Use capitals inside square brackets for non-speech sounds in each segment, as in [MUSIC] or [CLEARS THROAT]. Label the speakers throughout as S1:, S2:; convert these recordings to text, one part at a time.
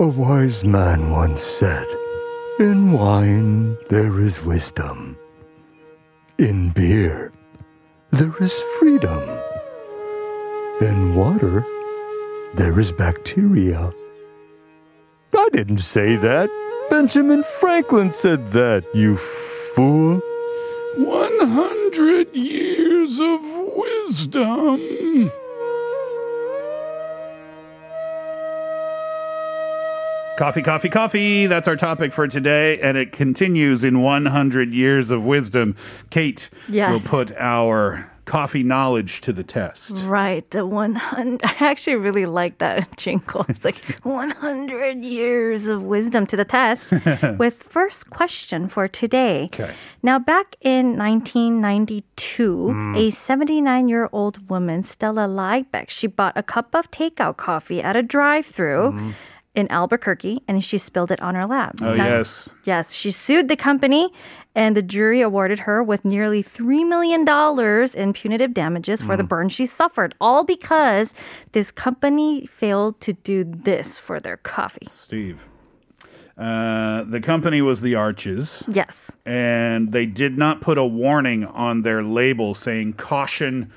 S1: A wise man once said, In wine there is wisdom. In beer there is freedom. In water there is bacteria. I didn't say that. Benjamin Franklin said that, you fool.
S2: 100 years of wisdom. Coffee, coffee, coffee. That's our topic for today. And it continues in 100 years of wisdom. Kate
S3: Yes. Mm.
S2: will put our coffee knowledge to the test.
S3: Right, the 100. [LAUGHS] I actually really like that [LAUGHS] jingle.
S2: [LAUGHS]
S3: It's like 100 years of wisdom to
S2: [LAUGHS]
S3: the test with first question for today.
S2: Okay.
S3: Now, back in 1992,
S2: Mm.
S3: a 79 year old woman, Stella Liebeck, she bought a cup of takeout coffee at a drive through in Albuquerque and she spilled it on her lap.
S2: Mm. Oh,
S3: Now-
S2: yes.
S3: Yes, she sued the company, and the jury awarded her with nearly $3 million in punitive damages for the burn she suffered, all because this company failed to do this for their coffee.
S2: Steve. Uh, the company was the Arches.
S3: Yes.
S2: and they did not put a warning on their label saying caution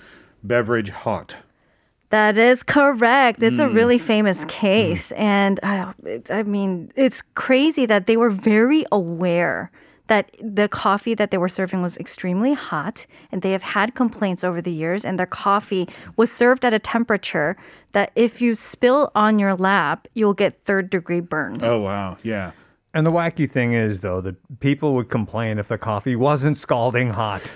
S2: beverage hot.
S3: That is correct. It's a
S2: Hmm.
S3: really famous case. And uh, it, I mean, it's crazy that they were very aware that the coffee that they were serving was extremely hot. And they have had complaints over the years. And their coffee was served at a temperature that if you spill on your lap, you'll get third degree burns.
S2: Oh wow, yeah.
S4: And the wacky thing is, though, that people would complain if the coffee wasn't scalding hot.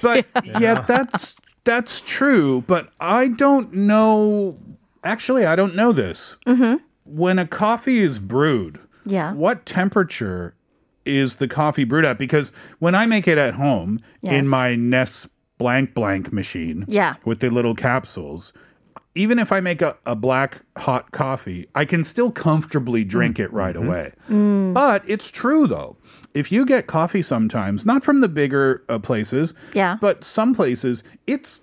S2: But
S3: [LAUGHS]
S2: yeah, that's that's true, but I don't know actually I don't know this. Mm-hmm. When a coffee is brewed,
S3: Yeah.
S2: what temperature is the coffee brewed at? Because when I make it at home
S3: Yes.
S2: in my Nest blank blank machine
S3: Yeah.
S2: with the little capsules, even if I make a, a black hot coffee, I can still comfortably drink it right
S3: Mm-hmm.
S2: away.
S3: Mm.
S2: But it's true though. If you get coffee sometimes, not from the bigger uh, places,
S3: Yeah.
S2: but some places, it's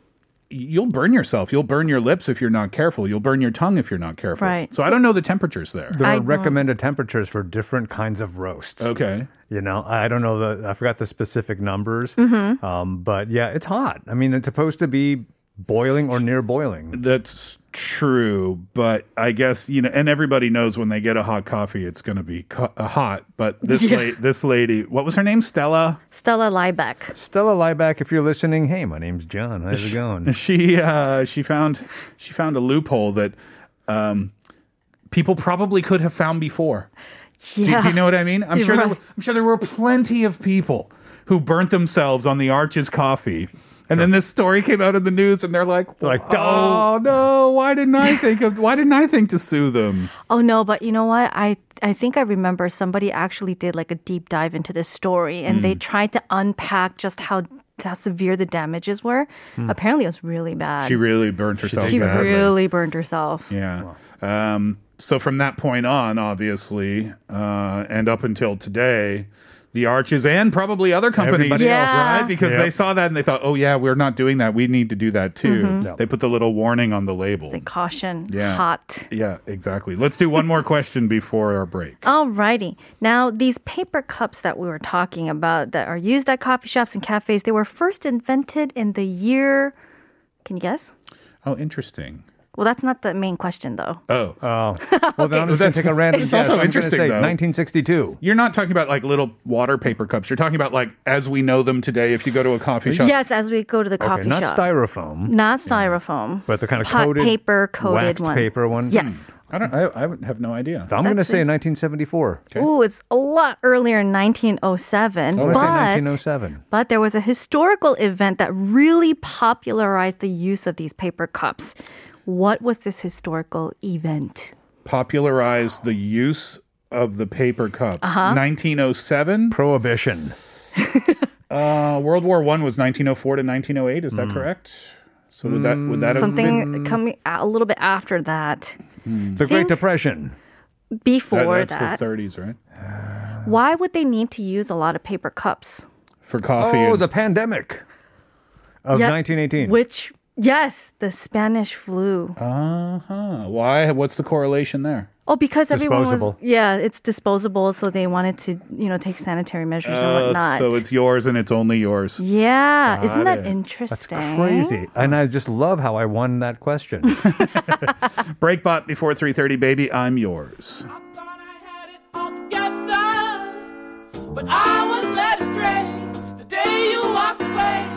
S2: you'll burn yourself. You'll burn your lips if you're not careful. You'll burn your tongue if you're not careful.
S3: Right.
S2: So, I don't know the temperatures there.
S4: There
S3: I
S4: are
S3: don't-
S4: recommended temperatures for different kinds of roasts.
S2: okay.
S4: You know, I don't know the I forgot the specific numbers,
S3: Mm-hmm.
S4: um, but yeah, it's hot. I mean, it's supposed to be boiling or near boiling.
S2: That's true, but I guess you know, and everybody knows when they get a hot coffee, it's going to be co- uh, hot. But this la- this lady, what was her name? Stella.
S3: Stella Liebeck.
S4: Stella Lieback, if you're listening, hey, my name's John. How's
S3: [LAUGHS]
S4: it going?
S2: She uh, she found she found a loophole that um, people probably could have found before. Do,
S3: Yeah.
S2: do you know what I mean? I'm sure there,
S3: Right.
S2: were- I'm sure there were plenty of people who burnt themselves on the Arches coffee. And then this story came out in the news, and they're like,
S4: They're like,
S2: "Oh no! Why didn't I think of? Why didn't I think to sue them?"
S3: Oh no, but you know what? I I think I remember somebody actually did like a deep dive into this story and
S2: Hmm.
S3: they tried to unpack just how how severe the damages were. Apparently it was really
S2: Hmm.
S3: bad.
S2: She really burnt herself.
S3: She
S2: badly.
S3: really burned herself.
S2: Yeah. Um, so from that point on, obviously, uh, and up until today, the Arches and probably other companies,
S4: Everybody
S3: else. Yeah.
S2: right? Because
S4: Yep.
S2: they saw that and they thought, oh yeah, we're not doing that. We need to do that too.
S4: Yep.
S2: They put the little warning on the label.
S3: It's like caution,
S2: Yeah.
S3: hot.
S2: yeah, exactly. Let's do one more question before our break.
S3: Alrighty. Now, these paper cups that we were talking about that are used at coffee shops and cafes, they were first invented in the year. Can you guess?
S2: Oh, interesting.
S3: Well, that's not the main question, though.
S2: Oh,
S4: Oh, well then I'm just gonna take a random
S3: It's
S4: guess.
S2: also
S4: I'm gonna
S2: interesting,
S4: say
S2: though.
S4: 1962.
S2: you're not talking about like little water paper cups. You're talking about like as we know them today. If you go to a coffee shop,
S3: Yes, as we go to the
S4: Okay,
S3: coffee
S4: not
S3: shop.
S4: styrofoam,
S3: not styrofoam,
S4: but the kind of
S3: Pot
S4: coated
S3: paper coated
S4: waxed
S3: one.
S4: paper Hmm. one. Hmm.
S3: Yes.
S2: I don't. I, I have no idea.
S4: I'm going to
S3: actually-
S4: say 1974.
S3: Ooh, it's a lot earlier in 1907.
S4: I'm going to say
S2: oh
S3: but,
S4: 1907.
S3: but there was a historical event that really popularized the use of these paper cups. What was this historical event?
S2: popularized the use of the paper cups.
S3: Uh-huh.
S2: 1907.
S4: Prohibition.
S2: Uh, World War One was 1904 to 1908. Is that
S4: Hmm.
S2: correct? So would that would that have been
S3: Something coming a little bit after that,
S4: The
S3: Think-
S4: Great Depression.
S2: that-
S3: before
S2: that's
S3: that.
S2: the 30s, right?
S3: Why would they need to use a lot of paper cups?
S2: For coffee.
S4: Oh,
S2: and
S4: the
S2: s-
S4: pandemic of
S3: Yep.
S4: 1918.
S3: Which, yes, the Spanish flu.
S2: uh-huh. Why? What's the correlation there?
S3: Oh, because everyone was
S4: Disposable.
S3: yeah, it's disposable, so they wanted to you know take sanitary measures and
S2: Uh,
S3: whatnot.
S2: so it's yours and it's only yours.
S3: yeah, isn't that
S2: it.
S3: interesting?
S4: Crazy. And I just love how I won
S3: [LAUGHS]
S4: that question.
S3: Oh,
S2: Break bot before 3:30 baby, I'm yours.
S5: I thought I had it all together, but I was led astray the day you walked away.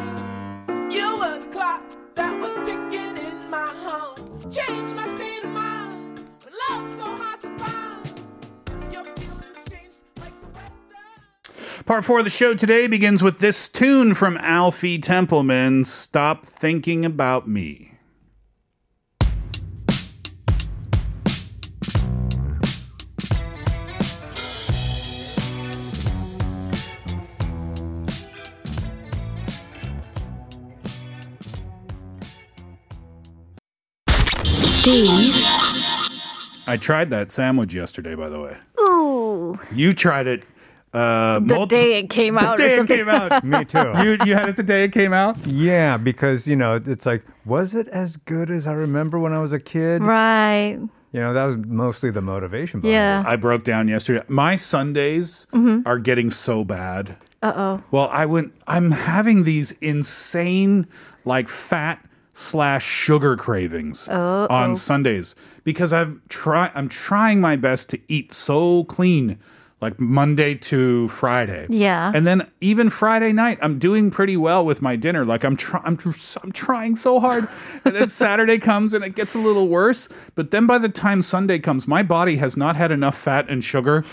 S5: You were the clock that was ticking in my home. Changed my state of mind when love's so hard to find. Your feelings changed like the weather.
S2: Part 4 of the show today begins with this tune from Alfie Templeman, Stop Thinking About Me. I tried that sandwich yesterday, by the way.
S3: Ooh,
S2: You tried it uh,
S3: the
S2: multi-
S3: day it came
S2: the
S3: out or
S2: day it
S3: something.
S2: came out.
S4: [LAUGHS] Me too.
S2: you, you had it the day it came out?
S4: Yeah, because you know it's like, was it as good as I remember when I was a kid?
S3: Right.
S4: You know, that was mostly the motivation. Behind
S2: [LAUGHS]
S3: Yeah.
S2: I broke down yesterday. My Sundays
S3: Mm-hmm.
S2: are getting so bad. Uh oh. Well, I went. I'm having these insane, like fat slash sugar cravings on Sundays because I'm try. I'm trying my best to eat so clean, like Monday to Friday.
S3: Yeah.
S2: And then even Friday night, I'm doing pretty well with my dinner. Like I'm trying, I'm, tr- I'm trying so hard. And then Saturday comes and it gets a little worse. But then by the time Sunday comes, my body has not had enough fat and sugar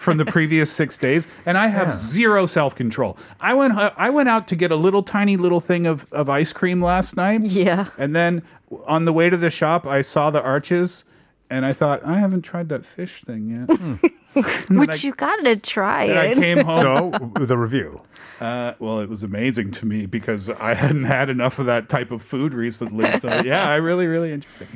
S2: from the previous six days, and I have zero self control. I went hu- I went out to get a little tiny little thing of of ice cream last night.
S3: Yeah.
S2: And then on the way to the shop, I saw the arches. And I thought I haven't tried that fish thing yet.
S3: Which you gotta try
S2: And I
S3: it.
S2: came home.
S4: So Oh, the review.
S2: Uh, well, it was amazing to me because I hadn't had enough of that type of food recently. So yeah, I really, really enjoyed it.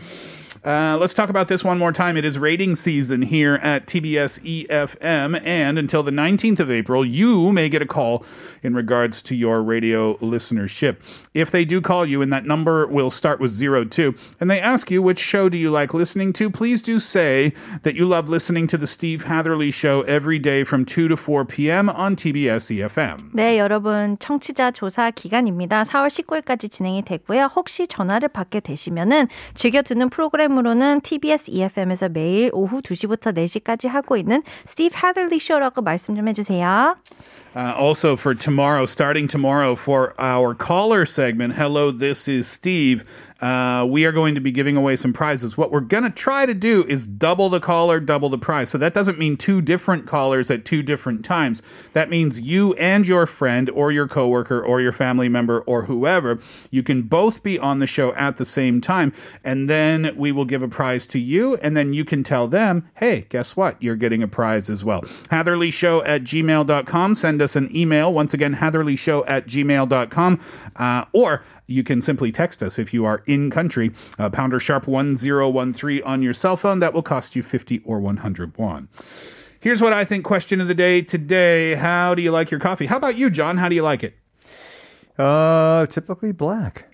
S2: Uh, let's talk about this one more time. It is rating season here at TBS EFM, E and until the 19th of April, you may get a call in regards to your radio listenership. If they do call you, and that number will start with 02, and they ask you which show do you like listening to, please do say that you love listening to The Steve Hatherley Show every day from 2 to 4 p.m. on TBS EFM.
S3: 네, 여러분, 청취자 조사 기간입니다. 4월 19일까지 진행이 되고요. 혹시 전화를 받게 되시면은 즐겨 듣는 프로그램으로는 TBS EFM에서 매일 오후 2시부터 4시까지 하고 있는 Steve Hatherley Show라고 말씀 좀 해주세요.
S2: Uh, also, for tomorrow, starting tomorrow, for our caller segment, Hello, This is Steve, uh, we are going to be giving away some prizes. What we're going to try to do is double the caller, double the prize. So that doesn't mean two different callers at two different times. That means you and your friend or your coworker or your family member or whoever, you can both be on the show at the same time. And then we will give a prize to you, and then you can tell them, hey, guess what? You're getting a prize as well. Hatherley Show at gmail.com. Send us an email. Once again, Hatherley Show at gmail.com. Uh, or you can simply text us if you are in country. Uh, pounder sharp 1013 on your cell phone. That will cost you 50 or 100 won. Here's what I think question of the day today. How do you like your coffee? How about you, John? How do you like it?
S4: Uh, typically black.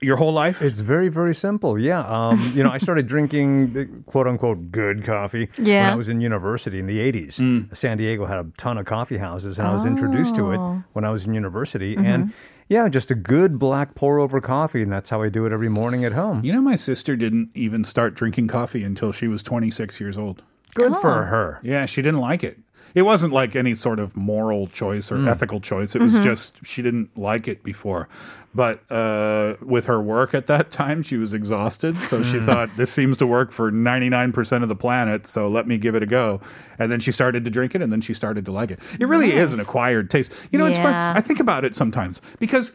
S2: Your whole life?
S4: It's very, very simple. Yeah. Um, you know, I started drinking the quote unquote good coffee when
S3: Yeah.
S4: I was in university in the 80s. San Diego had a ton of coffee houses, and I was introduced to it when I was in university. And yeah, just a good black pour over coffee, and that's how I do it every morning at home.
S2: You know, my sister didn't even start drinking coffee until she was 26 years old.
S4: Good for her.
S2: Yeah, she didn't like it. It wasn't like any sort of moral choice or ethical choice. It was just she didn't like it before. But uh, with her work at that time, she was exhausted. So she thought, this seems to work for 99% of the planet. So let me give it a go. And then she started to drink it and then she started to like it. It really is an acquired taste. You know, it's fun.
S3: Yeah.
S2: I think about it sometimes because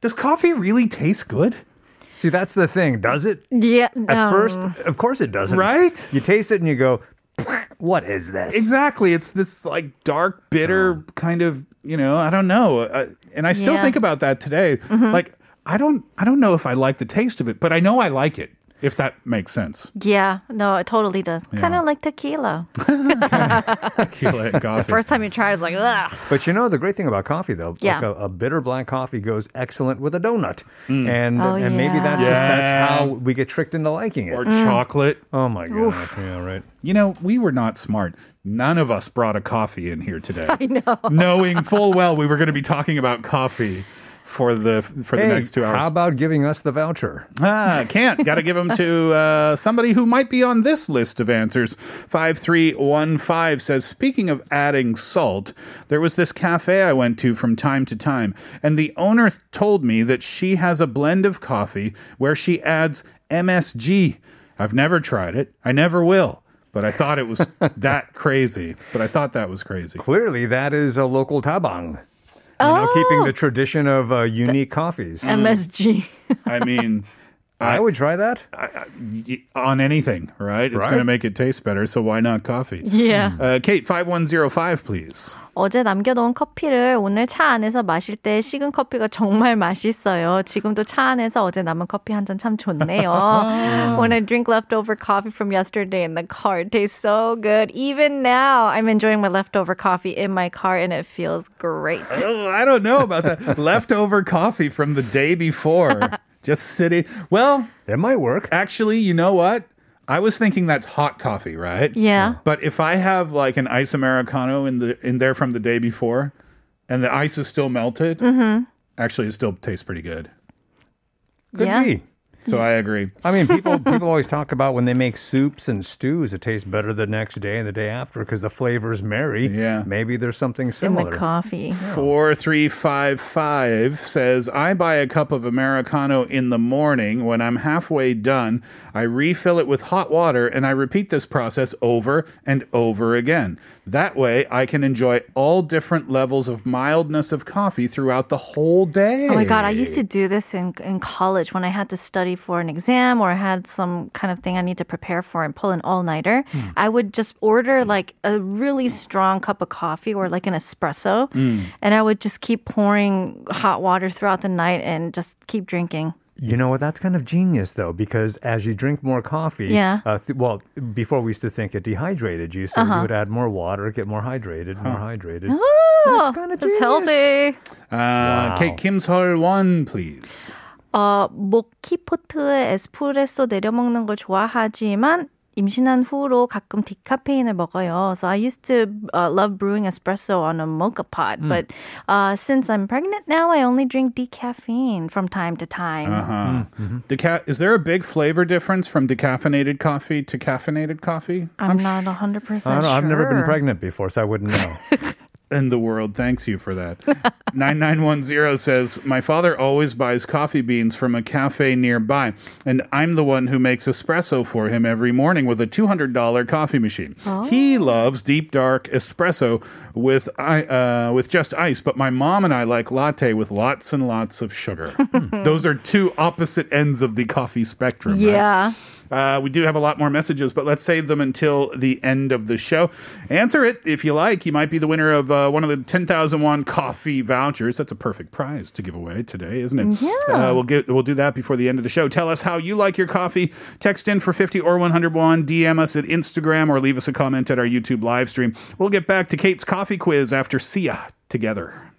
S2: does coffee really taste good?
S4: See, that's the thing. Does it?
S3: Yeah,
S4: At first, of course it doesn't.
S2: Right?
S4: You taste it and you go, what is this?
S2: Exactly. It's this like dark, bitter
S4: Oh.
S2: kind of you know. I don't know. Uh, and I still
S3: Yeah.
S2: think about that today. Like I don't. I don't know if I like the taste of it, but I know I like it. if that makes sense.
S3: Yeah, no, it totally does. Kind
S2: Yeah.
S3: of like tequila.
S2: Tequila and coffee.
S3: First time you try, it's like, ugh.
S4: But you know the great thing about coffee, though,
S3: Yeah.
S4: like a, a bitter black coffee goes excellent with a donut, and
S3: Oh,
S4: and maybe that's just
S2: yeah.
S4: that's
S2: Mm. Yeah.
S4: how we get tricked into liking it.
S2: or chocolate.
S4: oh my goodness, yeah, right.
S2: You know, we were not smart. None of us brought a coffee in here today. I know. Knowing full well we were going to be talking about coffee for the for the
S4: Hey,
S2: next 2 hours.
S4: how about giving us the voucher?
S2: Ah, can't. Got to give them to uh, somebody who might be on this list of answers. 5315 says Speaking of adding salt, there was this cafe I went to from time to time, and the owner told me that she has a blend of coffee where she adds MSG. I've never tried it, I never will. But I thought it was that crazy. But I thought that was crazy.
S4: Clearly, that is a local tabang. You
S3: Oh.
S4: know, keeping the tradition of uh, unique coffees. [LAUGHS]
S3: MSG.
S2: I mean,
S4: I would try that.
S2: y- on anything, right? It's
S4: Right.
S2: going to make it taste better. So why not coffee?
S4: Hmm.
S3: Yeah.
S2: Uh, Kate, 5105, please.
S3: 어제 남겨놓은 커피를 오늘 차 안에서 마실 때 식은 커피가 정말 맛있어요. 지금도 차 안에서 어제 남은 커피 한 잔 참 좋네요.
S4: [LAUGHS]
S3: When I drink leftover coffee from yesterday in the car, it tastes so good. Even now, I'm enjoying my leftover coffee in my car and it feels great.
S2: Oh, I don't know about
S3: [LAUGHS]
S2: that. Leftover coffee from the day before. Just sitting. Well,
S4: It might work.
S2: actually, you know what? I was thinking that's hot coffee, right?
S3: Yeah.
S2: But if I have like an ice americano in the in there from the day before, and the ice is still melted,
S3: Mm-hmm.
S2: actually, it still tastes pretty good.
S4: Could
S3: yeah.
S4: be.
S2: So I agree.
S4: I mean, people people always talk about when they make soups and stews, it tastes better the next day and the day after because the flavors marry.
S2: Yeah.
S4: Maybe there's something
S3: In the
S4: similar.
S3: coffee.
S2: 4355 says, I buy a cup of Americano in the morning. When I'm halfway done, I refill it with hot water and I repeat this process over and over again. That way, I can enjoy all different levels of mildness of coffee throughout the whole day.
S3: Oh my god, I used to do this in in college when I had to study for an exam or I had some kind of thing I need to prepare for and pull an all-nighter.
S4: Hmm.
S3: I would just order like a really strong cup of coffee or like an espresso
S4: Hmm.
S3: and I would just keep pouring hot water throughout the night and just keep drinking.
S4: You know what? That's kind of genius, though, because as you drink more coffee,
S3: Yeah. Uh-huh.
S4: Uh, th- well, before we used to think it dehydrated you, so you would add more water, get more hydrated, more hydrated.
S3: Oh,
S4: kinda
S3: that's
S4: genius.
S3: healthy.
S2: Uh, Kate Kim's Hall 1, please.
S3: 어, 모키포트에 에스프레소 내려 먹는 걸 좋아하지만 임신한 후로 가끔 디카페인을 먹어요. So I used to uh, love brewing espresso on a mocha pot, but uh, since I'm pregnant now, I only drink decaffeine from time to time.
S4: Uh-huh.
S2: Uh, deca- is there a big flavor difference from decaffeinated coffee to caffeinated coffee?
S3: I'm, not 100%
S4: I don't know.
S3: sure.
S4: I've never been pregnant before, so I wouldn't
S3: [LAUGHS]
S4: know.
S2: And the world thanks you for that. [LAUGHS] 9910 says, My father always buys coffee beans from a cafe nearby, and I'm the one who makes espresso for him every morning with a $200 coffee machine. He loves deep dark espresso with, I, uh, with just ice, but my mom and I like latte with lots and lots of sugar. Hmm. Those are two opposite ends of the coffee spectrum. right?
S3: Yeah.
S2: Uh, we do have a lot more messages, but let's save them until the end of the show. Answer it if you like. You might be the winner of uh, one of the 10,000 won coffee vouchers. That's a perfect prize to give away today, isn't it? Yeah. Uh, we'll, get, we'll do that before the end of the show. Tell us how you like your coffee. Text in for 50 or 101. DM us at Instagram or leave us a comment at our YouTube live stream. We'll get back to Kate's coffee quiz after Sia together.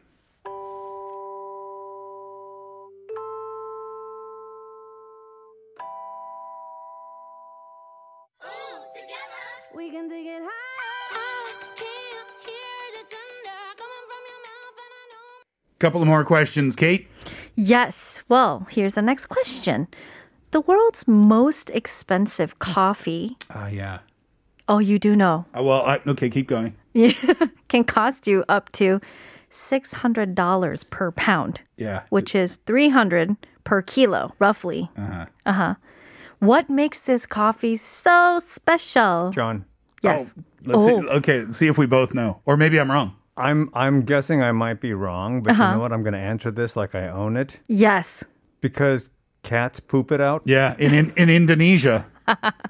S6: We can take it high. I can hear the thunder coming from your mouth, and I know.
S2: Couple of more questions, Kate.
S3: Yes. Well, here's the next question. The world's most expensive coffee.
S2: Ah, yeah.
S3: Oh, you do know.
S2: Uh, well, I, okay, keep going.
S3: [LAUGHS] can cost you up to $600 per pound.
S2: Yeah.
S3: which is 300 per kilo, roughly. Uh huh. Uh huh. What makes this coffee so special?
S4: John,
S3: Yes.
S2: Let's see.
S3: Oh.
S2: Okay, let's see if we both know, or maybe I'm wrong.
S4: I'm I'm guessing I might be wrong, but
S3: Uh-huh.
S4: you know what? I'm going to answer this like I own it
S3: Yes.
S4: because cats poop it out.
S2: Yeah, in in, in Indonesia,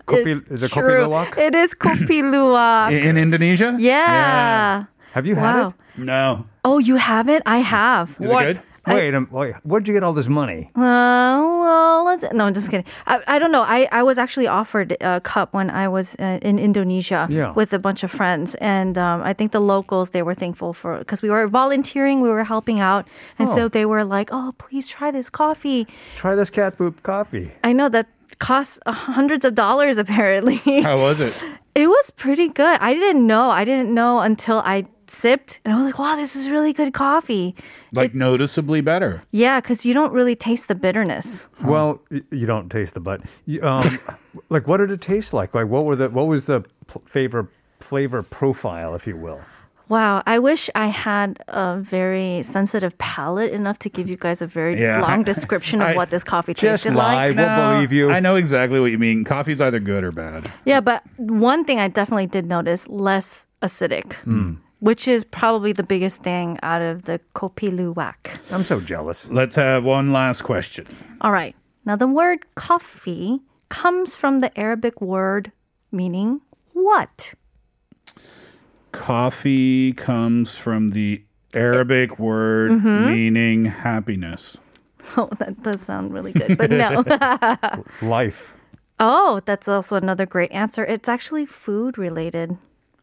S4: Kopi, is it kopi
S3: True.
S4: luwak?
S3: It is
S4: [CLEARS THROAT]
S3: kopi luwak.
S2: in, in Indonesia.
S3: yeah.
S4: Have you had
S3: Wow.
S4: it?
S2: No.
S3: Oh, you have it? I have.
S2: Is it good?
S4: Wait, um, wait, where'd you get all this
S3: [LAUGHS]
S4: money?
S3: Uh, well, let's, no, I'm just kidding. I, I don't know. I, I was actually offered a cup when I was uh, in Indonesia
S4: Yeah.
S3: with a bunch of friends, and um, I think the locals they were thankful for because we were volunteering, we were helping out, and so they were like, "Oh, please try this coffee."
S4: Try this cat poop coffee.
S3: I know that costs hundreds of dollars [LAUGHS] apparently.
S2: How was it?
S3: It was pretty good. I didn't know. I didn't know until I sipped and I was like, wow, this is really good coffee.
S2: Like noticeably better.
S3: Yeah, because you don't really taste the bitterness.
S4: Well, y- you don't taste the butt. You, [LAUGHS] um, like, what did it taste like? Like, what were the what was the pl- flavor flavor profile, if you will?
S3: Wow, I wish I had a very sensitive palate enough to give you guys a very
S2: Yeah.
S3: long description
S2: [LAUGHS]
S3: of
S2: I-
S3: what this coffee
S4: Just
S3: tasted like.
S4: lie. We'll believe you.
S2: I know exactly what you mean. Coffee's either good or bad.
S3: Yeah, but one thing I definitely did notice less acidic.
S2: Hmm.
S3: Which is probably the biggest thing out of the Kopi Luwak.
S4: I'm so jealous.
S2: Let's have one last question.
S3: All right. Now, the word coffee comes from the Arabic word meaning what? [LAUGHS]
S2: Coffee comes from the Arabic word
S3: Mm-hmm.
S2: meaning happiness.
S3: Oh, that does sound really good,
S2: [LAUGHS]
S3: but no. [LAUGHS]
S4: [LAUGHS] Life,
S3: oh, that's also another great answer. It's actually food related.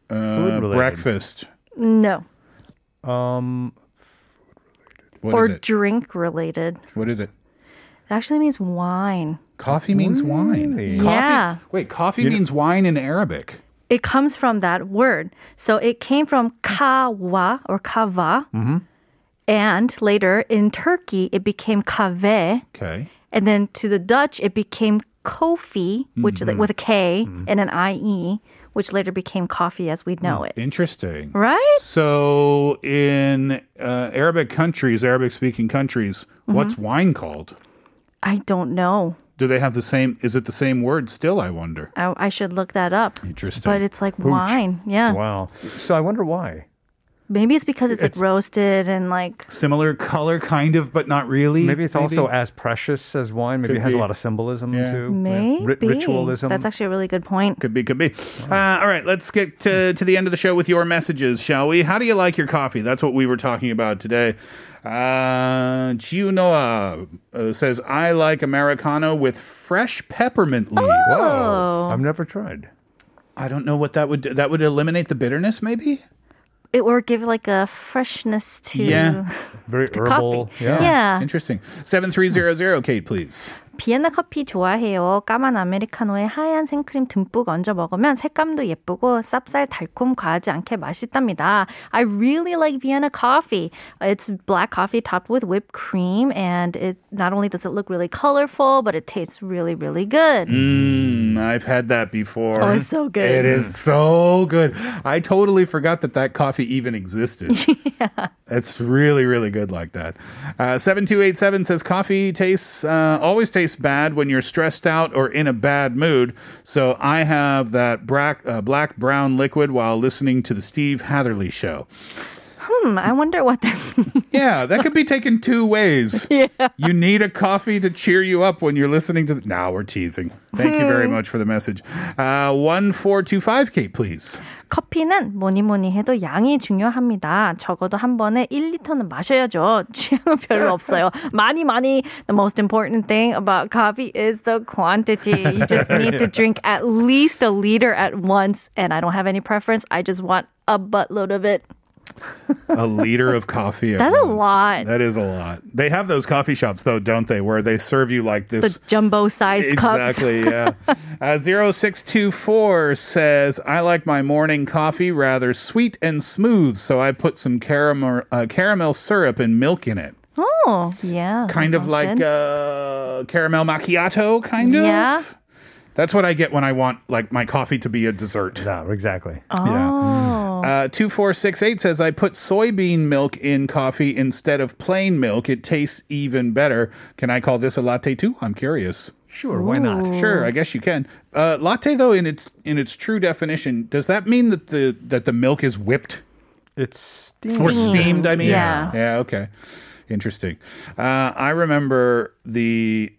S4: food
S2: Uh,
S4: related.
S2: breakfast.
S3: No.
S2: What is
S3: Or
S2: it?
S3: drink related.
S2: What is it?
S3: It actually means wine.
S2: Coffee means wine. Coffee,
S3: Yeah.
S2: Wait, coffee means wine in Arabic.
S3: It comes from that word. So it came from kawa or kava.
S2: Mm-hmm.
S3: And later in Turkey, it became kave.
S2: Okay.
S3: And then to the Dutch, it became Kofi, which
S2: Mm-hmm.
S3: like, with a K and an I E, which later became coffee as we know
S2: Mm.
S3: it.
S2: Interesting.
S3: Right?
S2: So, in uh, Arabic countries, Arabic speaking countries,
S4: Mm-hmm.
S2: what's wine called?
S3: I don't know.
S2: Do they have the same? Is it the same word still? I wonder.
S3: I, I should look that up.
S2: Interesting.
S3: But it's like wine. Yeah.
S4: Wow. So I wonder why.
S3: Maybe it's because it's, like roasted and like,
S2: Similar color, kind of, but not really.
S4: Maybe it's also as precious as wine. Maybe
S2: Could
S4: it has
S2: be.
S4: a lot of symbolism
S2: Yeah.
S4: too.
S3: maybe.
S4: 네, Ri- ritualism.
S3: That's actually a really good point.
S2: Could be, could be. Uh, all right, let's get to, to the end of the show with your messages, shall we? How do you like your coffee? That's what we were talking about today. Uh, Giu Noah uh, says, I like Americano with fresh peppermint leaves.
S4: Oh!
S3: Oh,
S4: Whoa. I've never tried.
S2: I don't know what that would do. That would eliminate the bitterness, maybe?
S3: It or give like a freshness to
S2: Yeah.
S4: Very herbal.
S3: coffee. Yeah.
S2: Interesting. 7300, Kate, please.
S3: 비엔나 커피 좋아해요. 까만 아메리카노에 하얀 생크림 듬뿍 얹어 먹으면 색감도 예쁘고 쌉쌀 달콤 과하지 않게 맛있답니다. I really like Vienna coffee. It's black coffee topped with whipped cream and it not only does it look really colorful, but it tastes really really good.
S2: Mm, I've had that before.
S3: Oh, it's so good.
S2: It is so good. I totally forgot that that coffee even existed.
S3: [LAUGHS]
S2: It's really, really good like that. Uh, 7287 says coffee tastes uh, always tastes bad when you're stressed out or in a bad mood. So I have that black, uh, black brown liquid while listening to the Steve Hatherley show.
S3: Hmm, I wonder what that [LAUGHS]
S2: Yeah, that could be taken two ways. You need a coffee to cheer you up when you're listening to. The- now we're teasing. Thank you
S3: Hmm.
S2: very much for the message. Uh, 1425, Kate, please.
S3: 커피는 뭐니 뭐니 해도 양이 중요합니다. 적어도 한 번에 1리터는 마셔야죠. [LAUGHS] 취향은 별로 없어요. 많이 많이. The most important thing about coffee is the quantity. You just need to drink at least a liter at once. And I don't have any preference. I just want a buttload of it.
S2: a liter
S3: [LAUGHS]
S2: of coffee. at
S3: That's a
S2: once.
S3: lot.
S2: That is a lot. They have those coffee shops though, don't they? Where they serve you like
S3: The
S2: this.
S3: jumbo sized cups.
S2: Exactly,
S3: [LAUGHS]
S2: yeah. Uh, 0624 says, I like my morning coffee rather sweet and smooth, so I put some caramel, uh, caramel syrup and milk in it.
S3: Oh, yeah. that
S2: Kind of
S3: sounds
S2: like
S3: good.
S2: uh, caramel macchiato, kind of.
S3: Yeah.
S2: That's what I get when I want like my coffee to be a dessert. [LAUGHS]
S4: No, exactly.
S2: Yeah.
S3: Oh.
S2: Uh, 2468 says, I put soybean milk in coffee instead of plain milk. It tastes even better. Can I call this a latte too? I'm curious.
S4: Sure, why not?
S2: Sure, I guess you can. Uh, latte though, in its in its true definition, does that mean that the that the milk is whipped
S4: It's
S2: or
S4: steamed.
S2: steamed? I mean,
S3: Yeah.
S2: yeah, okay, interesting. Uh, I remember the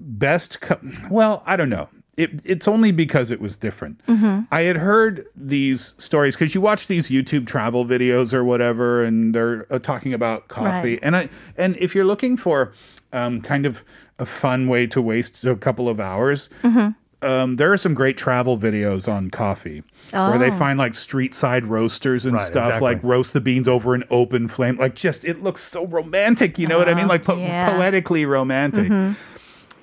S2: best. Co- well, I don't know. it, it's only because it was different.
S3: Mm-hmm.
S2: I had heard these stories because you watch these YouTube travel videos or whatever, and they're uh, talking about coffee.
S3: Right.
S2: And I and if you're looking for um, kind of a fun way to waste a couple of hours.
S3: Mm-hmm.
S2: Um, there are some great travel videos on coffee where
S3: Oh.
S2: they find like street side roasters and
S4: Right,
S2: stuff
S4: exactly.
S2: like roast the beans over an open flame. Like, just it looks so romantic, you know what I mean? Like, po-
S3: yeah.
S2: poetically romantic.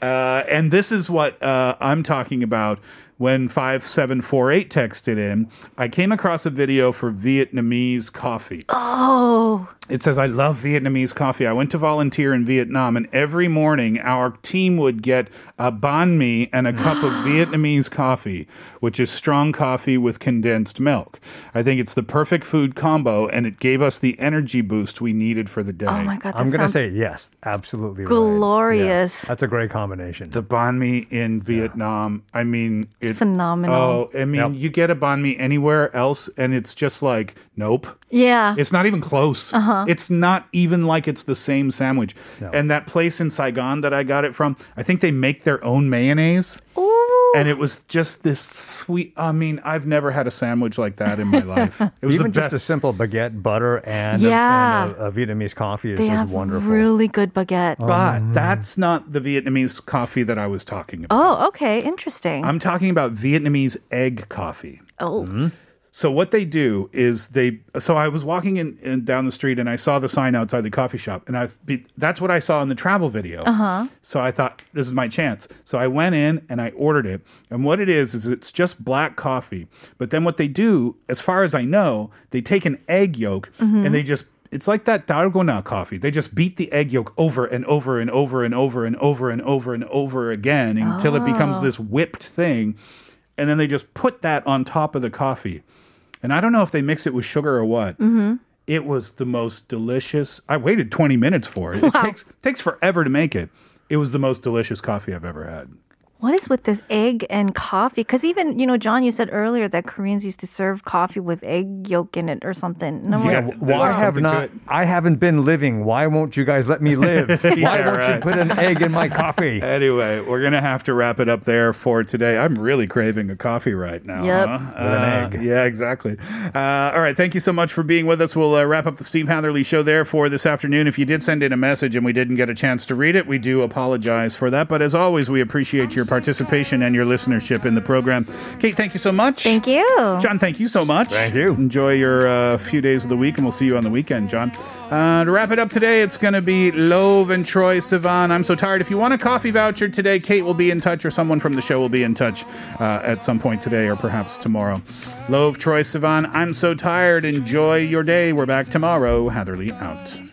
S2: Uh, and this is what uh, I'm talking about when 5748 texted in. I came across a video for Vietnamese coffee.
S3: Oh,
S2: It says, I love Vietnamese coffee. I went to volunteer in Vietnam, and every morning our team would get a banh mi and a cup
S3: [GASPS]
S2: of Vietnamese coffee, which is strong coffee with condensed milk. I think it's the perfect food combo, and it gave us the energy boost we needed for the day.
S3: oh my God. That
S4: I'm going to
S3: sounds
S4: say yes, absolutely. right.
S3: Glorious.
S4: Yeah, that's a great combination.
S2: The banh mi in Vietnam, I mean, it's
S3: phenomenal.
S2: Oh, I mean,
S4: Yep.
S2: you get a banh mi anywhere else, and it's just like, nope.
S3: Yeah.
S2: It's not even close. Uh-huh. It's not even like it's the same sandwich. And that place in Saigon that I got it from, I think they make their own mayonnaise.
S3: Ooh.
S2: And it was just this sweet. I mean, I've never had a sandwich like that
S3: [LAUGHS]
S2: in my life. It was
S4: Even
S2: the best.
S4: just a simple baguette, butter, and,
S3: Yeah.
S4: a, and a, a Vietnamese coffee is
S3: They
S4: just
S3: have
S4: wonderful.
S3: really good baguette.
S4: Oh,
S2: but that's not the Vietnamese coffee that I was talking about.
S3: Oh, okay. Interesting.
S2: I'm talking about Vietnamese egg coffee.
S3: oh,
S2: So what they do is they. So I was walking in, in down the street and I saw the sign outside the coffee shop, and I be- that's what I saw in the travel video. Uh-huh. So I thought this is my chance. So I went in and I ordered it. And what it is is it's just black coffee. But then what they do, as far as I know, they take an egg yolk and they just. It's like that dalgona coffee. They just beat the egg yolk over and over and over and over and over and over and over again until it becomes this whipped thing. And then they just put that on top of the coffee and I don't know if they mix it with sugar or what. It was the most delicious. I waited 20 minutes for it. It takes takes forever to make it. It was the most delicious coffee I've ever had.
S3: what is with this egg and coffee? Because even, you know, John, you said earlier that Koreans used to serve coffee with egg yolk in it or something. And I'm
S2: Yeah,
S3: like,
S2: there's
S4: Why have
S2: something to it.
S4: not? I haven't been living. Why won't you guys let me live?
S2: [LAUGHS]
S4: Why
S2: Yeah,
S4: won't you
S2: right.
S4: put an egg in my coffee?
S2: Anyway, we're gonna have to wrap it up there for today. I'm really craving a coffee right now.
S3: Yep.
S2: huh?
S4: With an
S2: Uh,
S4: egg.
S2: yeah, exactly. Uh, all right. Thank you so much for being with us. We'll uh, wrap up the Steve Hatherley show there for this afternoon. If you did send in a message and we didn't get a chance to read it, we do apologize for that. But as always, we appreciate your participation and your listenership in the program. Kate, thank you so much.
S3: thank you.
S2: John, thank you so much.
S4: Thank you.
S2: Enjoy your uh, few days of the week, and we'll see you on the weekend, John. Uh, to wrap it up today, it's going to be Love and Troy Sivan. I'm so tired. If you want a coffee voucher today, Kate will be in touch, or someone from the show will be in touch uh, at some point today, or perhaps tomorrow. Love, Troy Sivan. I'm so tired. Enjoy your day. We're back tomorrow. Hatherley out.